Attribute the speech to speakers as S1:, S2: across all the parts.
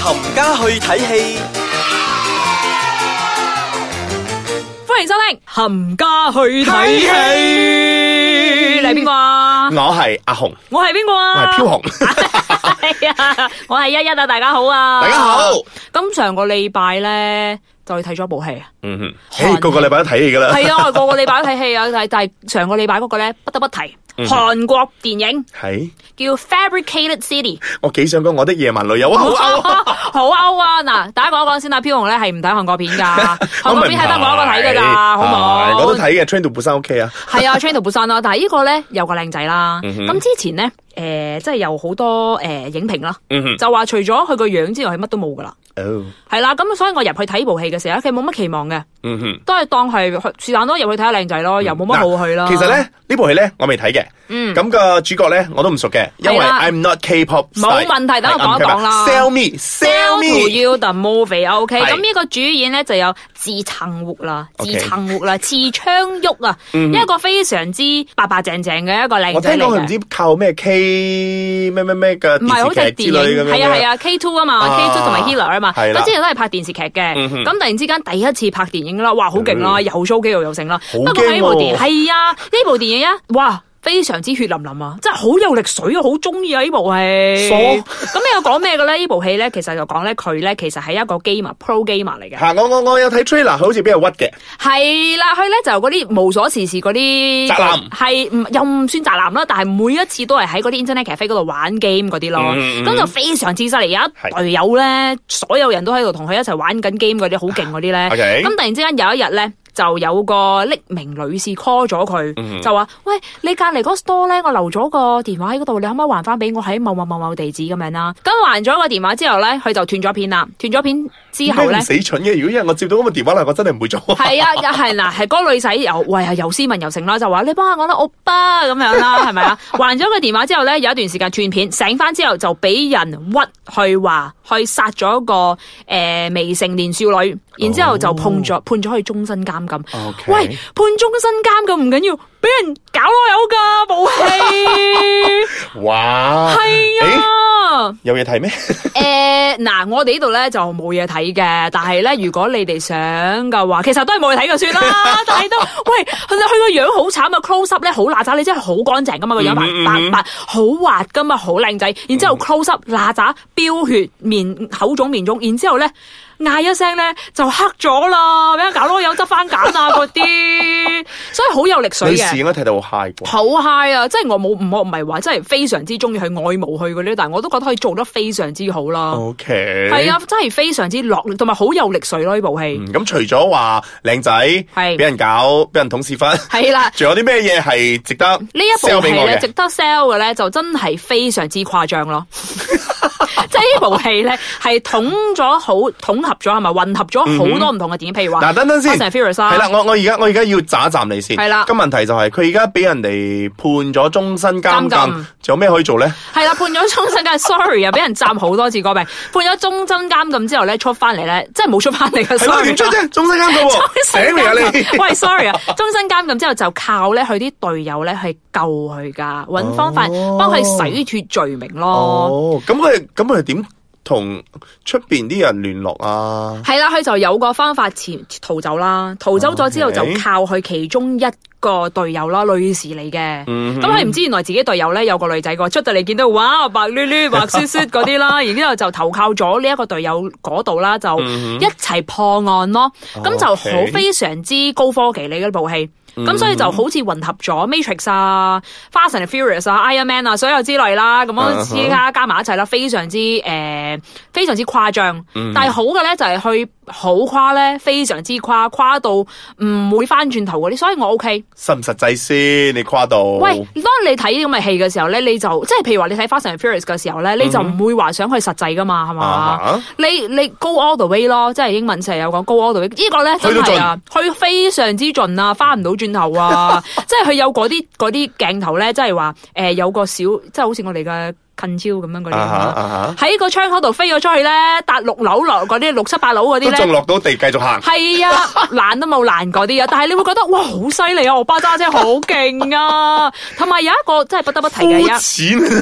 S1: 冚家去睇戲。
S2: 欢迎收听《冚家去睇戲》，你係邊個啊？
S3: 我係阿紅，
S2: 我係邊個
S3: 我
S2: 啊？
S3: 係飄 紅。
S2: 係啊，我係一一啊！大家好啊！
S3: 大家好。
S2: 咁上個禮拜咧就去睇咗部戲啊，
S3: 嗯哼，唉，個個禮拜都睇戲㗎啦。
S2: 係啊，我個個禮拜都睇戲啊，但係但係上個禮拜嗰個咧不得不提
S3: 嗯
S2: 韓國電影
S3: 係，
S2: 叫《Fabricated City》。
S3: 我幾想講我的夜晚旅遊 啊，好啱啊！
S2: 好歐啊！嗱，大家講一講先啦，飄紅咧係唔睇韓國片 㗎，韓國片係得我一個睇㗎咋，好
S3: 哎係
S2: 冇？
S3: 我都睇嘅，Train to Busan OK 啊。
S2: 係啊 t r a i n to Busan 啦，但係呢個咧有個靚仔啦。
S3: 嗯
S2: 咁、之前咧，诶、即係有好多诶、誒影評啦，
S3: 嗯哼，
S2: 就話除咗佢個樣之外，佢乜都冇噶啦。
S3: 哦，
S2: 係啦，咁所以我入去睇部戲嘅時候，其實冇乜期望嘅，
S3: 嗯哼。
S2: 都係當係去是但咯，入去睇下靚仔咯，又冇乜好去啦。
S3: 嗯嗱其實咧呢部戲咧我未睇嘅，咁個主角咧我都唔熟嘅，因為
S2: 嗯係啦
S3: I'm not K-pop star。
S2: 冇問題等我講一講啦
S3: Sell me，sell
S2: Sell to
S3: me。
S2: you the movie OK，
S3: 係
S2: 咁呢個主演咧就有自層活啦，自
S3: OK 嗯
S2: 層活啦，刺槍喐啊，一個非常之白白淨淨嘅一個靚
S3: 我聽
S2: 仔嚟
S3: 講佢唔
S2: 嘅。
S3: 知靠咩 K 咩咩咩嘅
S2: 唔係好似
S3: 電視
S2: 係
S3: 劇之類
S2: 電
S3: 咁樣
S2: 影，
S3: 嘅。
S2: 係啊係啊，K Two 啊嘛
S3: 啊
S2: ，K Two 同埋 Healer 啊嘛，
S3: 係啦嗯
S2: 咁之前都係拍電視劇嘅，咁突然之間第一次拍電影啦，哇，好勁啦，又 show 肌肉又成啦，
S3: 好
S2: 不過喺呢
S3: 驚
S2: 部
S3: 喎
S2: 電係啊，呢部電影啊，哇！非常之血淋淋啊！真係好有力水啊，好中意啊呢部戲。
S3: 傻
S2: 咁你又講咩嘅咧？呢部戲咧，其實就講咧佢咧，其實係一個 gamer pro gamer 嚟嘅。
S3: 吓，我我我有睇 trailer，佢好似俾人屈嘅。
S2: 係啦，佢咧就嗰啲無所事事嗰啲
S3: 宅男
S2: 係唔又唔算宅男啦，但係每一次都係喺嗰啲 internet cafe 嗰度玩 game 嗰啲咯，咁、
S3: 嗯嗯
S2: 就非常之犀利。有一
S3: 係
S2: 隊友咧，所有人都喺度同佢一齊玩緊 game 嗰啲，好勁嗰啲咧。
S3: OK
S2: 咁突然之間有一日咧。就有個匿名女士 call 咗佢，
S3: 嗯
S2: 就話：喂，你隔離嗰個 store 咧，我留咗個電話喺嗰度，你可唔可以還翻俾我喺某某某某地址咁樣啦？咁還咗個電話之後咧，佢就斷咗片啦。斷咗片之後
S3: 咩
S2: 咧
S3: 咁，死蠢嘅，如果因為我接到咁嘅電話嚟，我真係唔會做。
S2: 系啊，又係嗱，係嗰個女仔又喂啊，又斯文又成啦，就話你幫我講啦，歐巴咁樣啦，係咪啊？還咗個電話之後咧，有一段時間斷片，醒翻之後就俾人屈去話去殺咗一個诶未成年少女，然之后就碰咗判咗去終身監禁。
S3: OK
S2: 喂，判終身監禁唔緊要，俾人搞我有㗎，武器
S3: 哇，
S2: 係
S3: 咦
S2: 啊。
S3: 有嘢睇咩？
S2: 诶，呃嗱、我哋呢度咧就冇嘢睇嘅，但係咧，如果你哋想嘅話，其實都係冇嘢睇就算 啦。但係都，喂，佢佢個樣好慘啊，close up 咧好邋遢，你真係好乾淨噶嘛個樣，白
S3: 嗯嗯嗯
S2: 白白，好滑噶嘛，好靚仔。然之後 close up 邋遢，飆血面口腫面腫，然之後咧嗌一聲咧就黑咗啦，俾人搞到有執番揀啊嗰 啲，所以好有力水
S3: 女
S2: 嘅
S3: 士。應該睇到好 high 啩。
S2: 好 high 啊！即係我冇，我唔係話真係非常之中意去愛慕去嗰啲，但係我都覺得佢做得非常之好啦。
S3: O K，
S2: 系啊，哦真係非常之落力，同埋好有力水咯呢部戲
S3: 嗯。咁除咗話靚仔，
S2: 係
S3: 係俾人搞，俾人捅屎忽，
S2: 係啦，
S3: 仲有啲咩嘢係值得呢
S2: 呢一部
S3: sell
S2: 戲
S3: 俾我
S2: 咧值
S3: 嘅？
S2: 得 sell 嘅咧，就真係非常之誇 張咯。即係呢部戲咧，係統咗好統合咗，係咪混合咗好多唔同嘅電影？譬如話
S3: 嗯嗱，等等先，
S2: Fast and Furious 啊啦
S3: 係啦，我我而家我而家要炸一站你先。
S2: 係啦
S3: 咁問題就係佢而家俾人哋判咗終身監禁，
S2: 監禁
S3: 仲有咩可以做咧？
S2: 係啦，判咗終身監，sorry 啊，俾人斬好多次個病，判咗終身監禁之後咧出翻嚟咧，真係冇出翻嚟嘅
S3: 係咯，
S2: ，sorry
S3: 點出啫？終身監禁 喎，醒嚟啊你！
S2: 喂，sorry 啊，終身監禁之後就靠咧佢啲隊友咧去救佢噶，揾方法
S3: 哦
S2: 幫佢洗脱罪名咯。
S3: 哦，咁佢咁佢點同出邊啲人聯絡啊？
S2: 係啦，佢就有個方法潛逃走啦，逃走咗之後就
S3: 哦 OK
S2: 靠佢其中一個隊友啦，女士嚟嘅。
S3: 嗯
S2: 咁佢唔知原來自己隊友咧有個女仔個，出到嚟見到哇白捋捋、白雪雪嗰 啲啦，然之後就投靠咗呢一個隊友嗰度啦，就一齊破案咯。咁就好
S3: 嗯哦 OK
S2: 非常之高科技你嗰部戲。咁所以就好似混合咗 Matrix 啊、Fast and Furious 啊、Iron Man 啊，所有之類啦，咁
S3: 嗯
S2: 樣
S3: 哼
S2: 依家加埋一齊啦，非常之誒、呃非常之誇張。
S3: 嗯
S2: 但係好嘅咧，就係去好誇咧，非常之誇，誇到唔會翻轉頭嗰啲，所以我 OK。
S3: 實唔實際先？你跨到
S2: 喂，當你睇呢啲咁嘅戲嘅時候咧，你就即係譬如話你睇 Fast and Furious 嘅時候咧，你就唔會話想去實際噶嘛，係嘛？
S3: 嗯啊
S2: 你你 go all the way 咯，即係英文成日有講 go all the way，呢個咧真係啊，去非常之盡啊，翻唔到轉頭 啊！即係佢有嗰啲嗰啲鏡頭咧，即係話誒有個小，即係好似我哋嘅近招咁樣嗰啲
S3: 啊哈
S2: 啊嘛，
S3: 啊
S2: 喺個窗口度飛咗出去咧，搭六樓落嗰啲六七八樓嗰
S3: 哈，都
S2: 啲
S3: 仲
S2: 咧。
S3: 落到地繼續行。
S2: 係啊，難都冇難嗰啲啊，但係你會覺得哇好犀利啊，我巴揸車好勁啊，同埋有一個真係不得不提嘅，
S3: 膚
S2: 有一
S3: 淺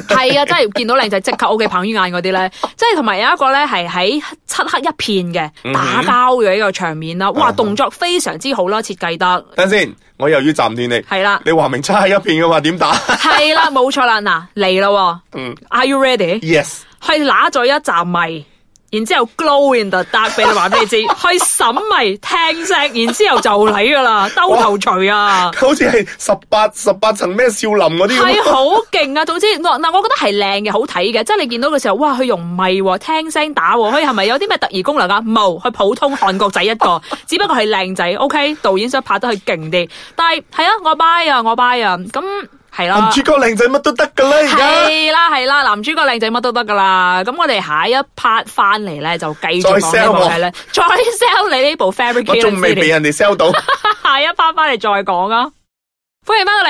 S2: 係啊，真係見到靚仔即刻 O.K. 彭于晏嗰啲咧，即係同埋有一個咧係喺漆黑一片嘅
S3: 嗯哼
S2: 打交嘅呢個場面啦，哇
S3: 啊哈
S2: 動作非常之好啦，設計得
S3: 等陣先，我又要暫斷你。
S2: 係啦，
S3: 你話明差喺一邊嘅嘛？點打？
S2: 係啦，冇錯啦，嗱嚟啦
S3: 嗯
S2: 喎，Are you ready？
S3: ，yes，
S2: 去揦咗一紮迷，然之後 glow in the dark 俾你話俾你知，去審迷聽聲，然之後就嚟噶啦，兜頭錘啊！
S3: 好似係十八十八層咩少林嗰啲
S2: 係
S3: 咁。
S2: 好勁啊！總之嗱嗱，我覺得係靚嘅，好睇嘅。即係你見到嘅時候，哇！佢用咪喎，聽聲打喎，佢係咪有啲咩特異功能啊？冇，佢普通韓國仔一 個，只不過係靚仔。OK，導演想拍得佢勁啲，但係係啊，我 buy 啊，我 buy 啊，咁係啦
S3: 男。主角靚仔乜都得㗎啦，而
S2: 係啦係啦，男主角靚仔乜都得噶啦。咁我哋下一 part 翻嚟咧就繼續講
S3: 再
S2: 呢
S3: sell
S2: 部
S3: 我
S2: 係咧，再 sell 你呢部 Fabric。
S3: 家我仲未俾人啊哋 sell 到。
S2: 下一 part 翻嚟再講啊！歡迎翻到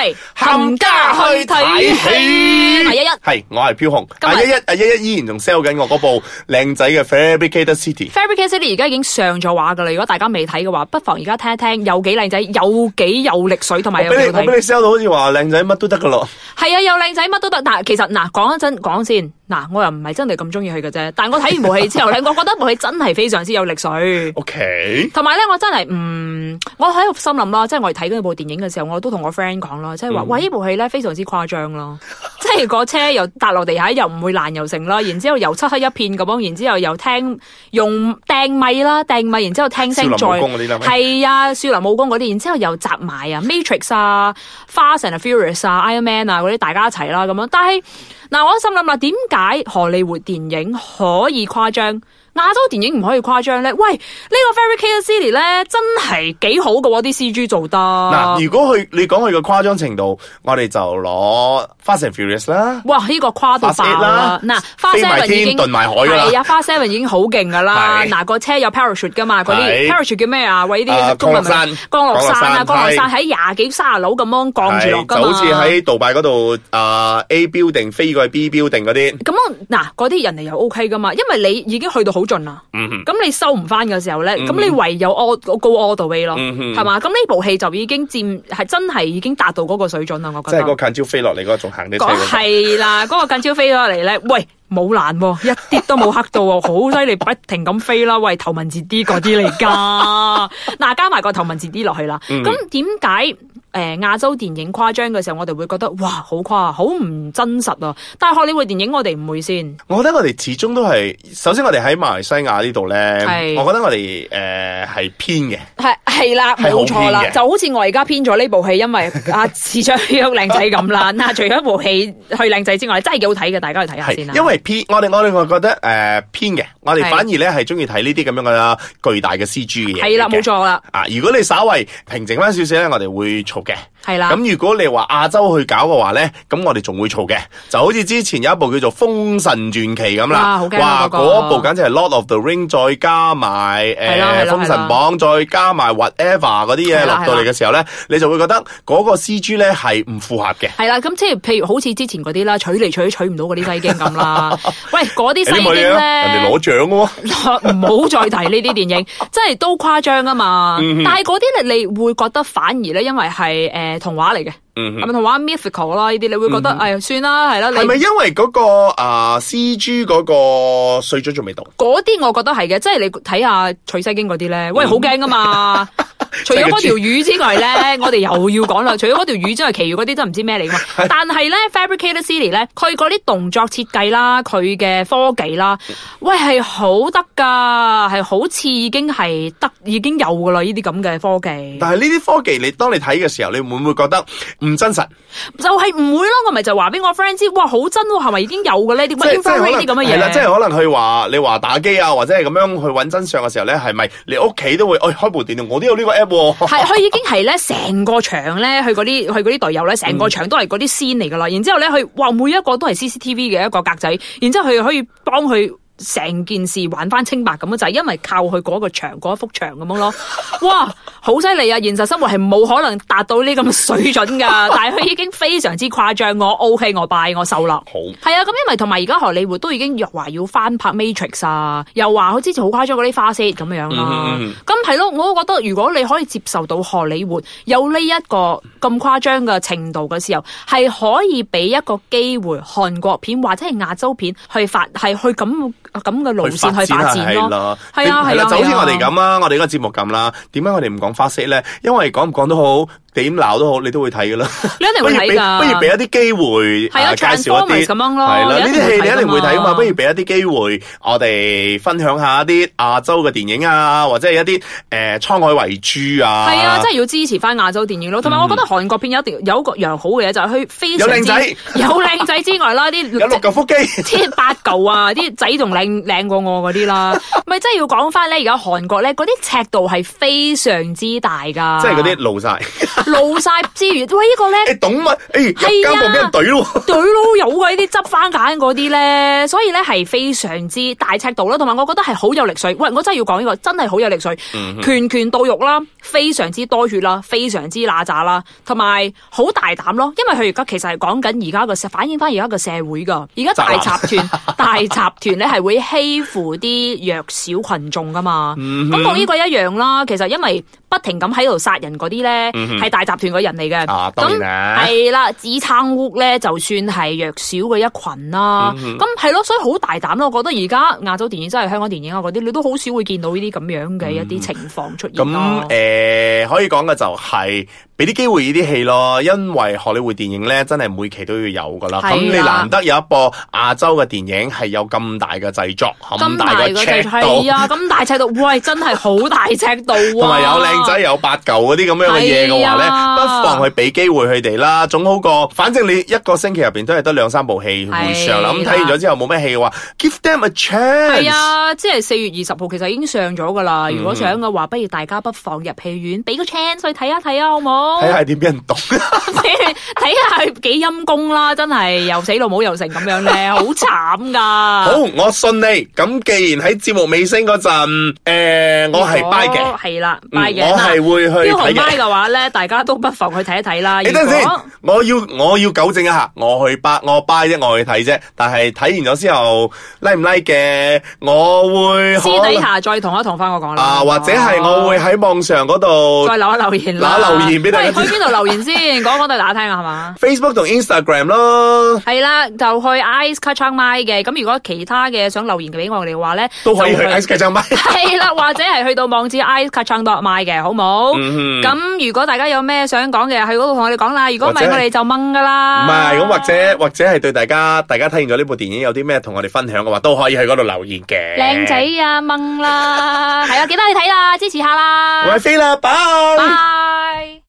S3: 冚
S2: 嚟，
S3: 家去睇戲
S2: 阿一一。
S3: 係，我係飄紅。
S2: 今日
S3: 阿一一阿一一依然仲 sell 緊我嗰部靚仔嘅 Fabricator City。
S2: Fabric City 而家已經上咗畫噶啦，如果大家未睇嘅話，不妨而家聽一聽，有幾靚仔，有幾有力水，同
S3: 我
S2: 埋有
S3: 俾
S2: 幾
S3: 你
S2: 好
S3: 我俾
S2: 睇。
S3: 你 sell 到好似話靚仔乜都得㗎咯。
S2: 係啊，有靚仔乜都得。嗱，其實嗱，講一真講先，嗱，我又唔係真係咁中意佢嘅啫。但我睇完部戲之 後咧，我覺得部戲真係非常之有力水。
S3: OK，
S2: 同埋咧，我真係唔、我喺度心諗啦，即係我哋睇嗰部電影嘅時候，我都同我 friend 講啦，即係話，
S3: 嗯
S2: 喂，呢部戲咧非常之誇張咯， 即係個車又搭落地下，又唔會爛又成啦，然之後又漆黑一片咁樣，然之後又聽用掟米啦，掟米，然之後聽
S3: 少
S2: 聲
S3: 林武
S2: 再。
S3: 功嗰啲啦。咪
S2: 係啊，少林武功嗰啲，然之後又集埋啊，Matrix 啊、Fast and Furious 啊、Iron Man 啊嗰啲，大家一齊啦咁樣。但係嗱，我心諗啦，點解荷里活電影可以誇張，亞洲電影唔可以誇張咧？喂，呢、個 Fairy Tale City 咧真係幾好嘅喎，啲 C G 做得。
S3: 嗱，如果佢你講佢嘅誇張程度，我哋就攞 Fast and Furious 啦，
S2: 哇！呢、個誇到
S3: Fast
S2: 爆
S3: Eight
S2: 啦
S3: 啦！
S2: 嗱，花
S3: 飛
S2: 西
S3: 埋
S2: 文已
S3: 天，
S2: 經
S3: 遁埋海㗎啦
S2: 係。啊，花 seven 已經好勁噶啦，
S3: 係
S2: 嗱個車有 parachute 噶嘛，嗰啲
S3: 係
S2: parachute 叫咩啊？喂，呢
S3: 啊
S2: 啲中文名
S3: 降落傘
S2: 降落傘啊，
S3: 降
S2: 降
S3: 落
S2: 落
S3: 傘
S2: 傘喺廿幾卅樓咁樣降住
S3: 係
S2: 落
S3: 就
S2: 噶嘛。
S3: 好似喺杜拜嗰度啊 A building 飛過去 B building 嗰啲，
S2: 咁我嗱嗰啲人哋又 OK 噶嘛，因為你已經去到好盡啦，
S3: 嗯哼。
S2: 咁你收唔翻嘅時候咧，
S3: 嗯
S2: 咁你唯有 all go all the way 咯，
S3: 嗯哼
S2: 係嘛？咁呢部戲就已經佔係真係已經達到嗰個水準啦，我
S3: 即
S2: 覺
S3: 係
S2: 得
S3: 個。近招飛落嚟嗰個仲行啲車
S2: 啊講
S3: 嗰個
S2: 係啦，嗰、個近招飛咗落嚟咧，喂，冇難喎、一啲都冇黑到喎，好犀利，不停咁飛啦，喂，頭文字 D 嗰啲嚟 噶，嗱，加埋個頭文字 D 落去啦，
S3: 嗯
S2: 咁點解？誒亞洲電影誇張嘅時候，我哋會覺得哇好誇，好唔真實啊！但係荷里活電影我哋唔會先，
S3: 我覺得我哋始終都係，首先我哋喺馬來西亞呢度咧
S2: 係，
S3: 我覺得我哋誒係偏嘅，
S2: 係係啦，
S3: 係
S2: 冇錯啦
S3: 好，偏嘅
S2: 就好似我而家編咗呢部戲，因為阿市長約靚仔 咁啦。嗱，除咗部戲去靚仔之外，真係幾好睇嘅，大家去睇下先啦
S3: 係。因為偏，我哋我哋我覺得誒、呃偏嘅，我哋
S2: 係
S3: 反而咧係中意睇呢啲咁樣嘅巨大嘅 C G 嘅嘢。
S2: 係啦，冇。錯啦，
S3: 啊！如果你稍為平靜翻少少咧，我哋會嘈嘅。
S2: 係啦。
S3: 咁如果你話亞洲去搞嘅話咧，咁我哋仲會嘈嘅。就好似之前有一部叫做《封神傳奇》咁
S2: 哇
S3: 啦，
S2: 好驚啊嗰個
S3: 嗰部簡直係《Lord of the Ring》再加埋
S2: 係啦係
S3: 誒
S2: 啦
S3: 《封神榜》，再加埋 whatever 嗰啲嘢
S2: 係
S3: 落
S2: 啦
S3: 到
S2: 係
S3: 嚟
S2: 啦
S3: 嘅時候咧，你就會覺得嗰個 C G 咧係唔符合嘅。
S2: 係啦，咁即係譬如好似之前嗰啲啦，取嚟取去取唔到嗰啲西京 咁啦。喂，嗰啲
S3: 你
S2: 西京
S3: 冇嘢啊人哋
S2: 咧，
S3: 攞獎嘅喎。
S2: 唔好再提呢 啲電影，真係都誇張啊嘛。
S3: 嗯
S2: 但係嗰啲你你會覺得反而咧，因為係誒童話嚟嘅，
S3: 嗯
S2: 係咪童話 mythical 啦？呢啲你會覺得誒算啦，係啦，
S3: 係咪
S2: 你
S3: 因為嗰、個啊、C G 嗰個水準仲未到？
S2: 嗰啲我覺得係嘅，即係你睇下取西京嗰啲
S3: 嗯
S2: 咧，喂，好驚噶 嘛！除咗嗰條魚之外咧，我哋又要講啦。除咗嗰條魚之外，其餘嗰啲真係唔知咩嚟㗎 嘛。但係咧，Fabricated City 咧，佢嗰啲動作設計啦，佢嘅科技啦，
S3: 嗯
S2: 喂係好得㗎，係好似已經係得已經有㗎啦，呢啲咁嘅科技。
S3: 但係呢啲科技，你當你睇嘅時候，你會唔會覺得唔真實？
S2: 就係唔會咯，我咪就話俾我 friend 知，哇好真喎，係咪已經有嘅咧？啲
S3: 即係
S2: i
S3: 即係
S2: n
S3: 可
S2: f
S3: 能
S2: 啲咁嘅
S3: 係啦，即
S2: 嘢。
S3: 係可能佢話你話打機啊，或者係咁樣去揾真相嘅時候咧，係咪你屋企都會，哎開部電腦，我都有呢個 app 喎。
S2: 係，佢已經係咧，成個場咧，佢嗰啲佢嗰啲隊友咧，成個場都係嗰啲仙嚟噶啦。然之後咧，佢哇每一個都係 CCTV 嘅一個格仔，然之後佢可以幫佢成件事還翻清白咁樣，就係因為靠佢嗰個牆嗰一幅牆咁樣咯。哇，好犀利啊！現實生活係冇可能達到呢咁嘅水準㗎，但係佢已經非常之誇張。我 OK，我拜，我受落。
S3: 好。
S2: 係啊，咁因為同埋而家荷里活都已經又話要翻拍 Matrix 啊，又話佢之前好誇張嗰啲花式咁樣啦
S3: 嗯嗯嗯。
S2: 咁係咯，我都覺得如果你可以接受到荷里活有呢一個咁誇張嘅程度嘅時候，係可以俾一個機會韓國片或者係亞洲片去發係去咁咁嘅路線去發展
S3: 係
S2: 咯。
S3: 啦，
S2: 係啊
S3: 係
S2: 係
S3: 啦，
S2: 啊
S3: 就好似我哋
S2: 係啊
S3: 咁啦，我哋呢個節目咁啦，點解我哋唔講花式咧？因為講唔講都好，點鬧都好，你都會睇噶啦。
S2: 你一定
S3: 不
S2: 會
S3: 如
S2: 睇
S3: 俾
S2: 㗎。
S3: 不如俾一啲機會
S2: 係啊
S3: 啊介紹一啲
S2: Transformers 咁樣咯
S3: 係啦，呢
S2: 你一定
S3: 啲戲
S2: 會睇
S3: 你一定會睇
S2: 㗎
S3: 噶
S2: 嘛
S3: 嘛，不如俾一啲機會我哋分享下一啲亞洲嘅電影啊，或者係一啲誒滄海遺珠啊，嗯
S2: 係啊，真係要支持翻亞洲電影咯。同埋我覺得韓國片有一定有一個樣好嘅嘢，就係佢非常之
S3: 有靚仔
S2: 有靚仔之外啦，啲
S3: 有六嚿腹肌。
S2: 啲八嚿啊，啲仔仲靚靚過我嗰 啲啦，咪真係要講翻咧，而家韓國咧嗰啲尺度係非常之大噶，
S3: 即係嗰啲露晒，
S2: 露晒之餘，喂呢個咧
S3: 你懂乜？誒，入
S2: 係啊
S3: 間房俾人懟咯，
S2: 對撈有嘅呢啲執番揀嗰啲咧，所以咧係非常之大尺度啦，同埋我覺得係好有力水。喂，我真係要講呢個，真係好有力水，拳拳到肉啦，非常之多血啦，非常之嗱喳啦，同埋好大膽咯，因為佢而家其實係講緊而家個社，反映翻而家個社會噶，而家大集團大集團咧係會欺負啲弱小群眾噶嘛，
S3: 嗯
S2: 咁同呢個一樣啦。其實因為不停咁喺度殺人嗰啲咧，係大集團嘅人嚟嘅，
S3: 啊當然啦
S2: 係啦，紙撐屋咧就算係弱小嘅一群啦，
S3: 嗯
S2: 咁係咯，所以好大膽咯。我覺得而家亞洲電影真係香港電影啊嗰啲，你都好少會見到呢啲咁樣嘅一啲情況出現咯
S3: 嗯咁。呃诶、可以講嘅就係俾啲機會呢啲戲咯，因為荷里活電影咧真係每期都要有噶啦。
S2: 係啦啊
S3: 咁你難得有一部亞洲嘅電影係有咁大嘅製作，咁大
S2: 個
S3: 嘅尺
S2: 尺係
S3: 度，
S2: 啊，咁大尺度，喂，真係好大尺度啊！
S3: 同埋有靚仔有八嚿嗰啲咁樣嘅嘢嘅話咧，
S2: 係啊
S3: 不妨去俾機會佢哋啦，總好過。反正你一個星期入边都係得兩三部戲會上啦。咁
S2: 係
S3: 睇
S2: 啦
S3: 完咗之後冇咩戲嘅話 g i v e them a
S2: 系
S3: chance。
S2: 啊，即係四月二十號其實已經上咗噶
S3: 嗯
S2: 啦。如果想嘅話，不如大家不妨入戲院，俾個 chance 去睇一睇啊，好冇？
S3: 睇下點俾人懂，
S2: 睇下佢幾陰公啦，真係又死老母又成咁樣咧，好慘噶。
S3: 好，我信你。咁既然喺節目尾聲嗰陣，诶、我係 buy 嘅。
S2: 系啦
S3: 嗯
S2: ，buy 嘅。
S3: 我係會去睇
S2: 嗱標紅 buy
S3: 嘅。
S2: 嘅話咧，大家都不妨去睇一睇啦。
S3: 你
S2: 如
S3: 等陣先
S2: 果，
S3: 我要我要糾正一下，我去 buy 我 buy 啫，我去睇啫。但係睇完咗之後 like 唔 like 嘅，我會
S2: 私
S3: 可能
S2: 底下再同一同翻我講啦。哦
S3: 啊，或者係我會喺網上嗰度
S2: 再留一留言啦。
S3: 留一留言俾大家
S2: 喂去邊度留言先？講講對大家聽下係嘛？
S3: Facebook 同 Instagram 咯，
S2: 係啦，就去 Ice Cut c h a n My 嘅。咁如果其他嘅想留言俾我哋嘅話咧，
S3: 都可以去
S2: 就
S3: X 嘅張咪。
S2: 系啦，或者係去到網址 icecutchung.my 嘅，好冇？
S3: 嗯
S2: 咁、如果大家有咩想講嘅，去嗰度同我哋講啦。如果唔
S3: 或
S2: 係，
S3: 者
S2: 我哋就掹噶
S3: 唔
S2: 啦。
S3: 係咁，或者或者係對大家，大家睇完咗呢部電影有啲咩同我哋分享嘅話，都可以喺嗰度留言嘅。
S2: 靚仔，啊，掹啦，係啊，記得去睇啦，支持下
S3: 我
S2: 啦，
S3: 係飛啦，拜。
S2: 拜。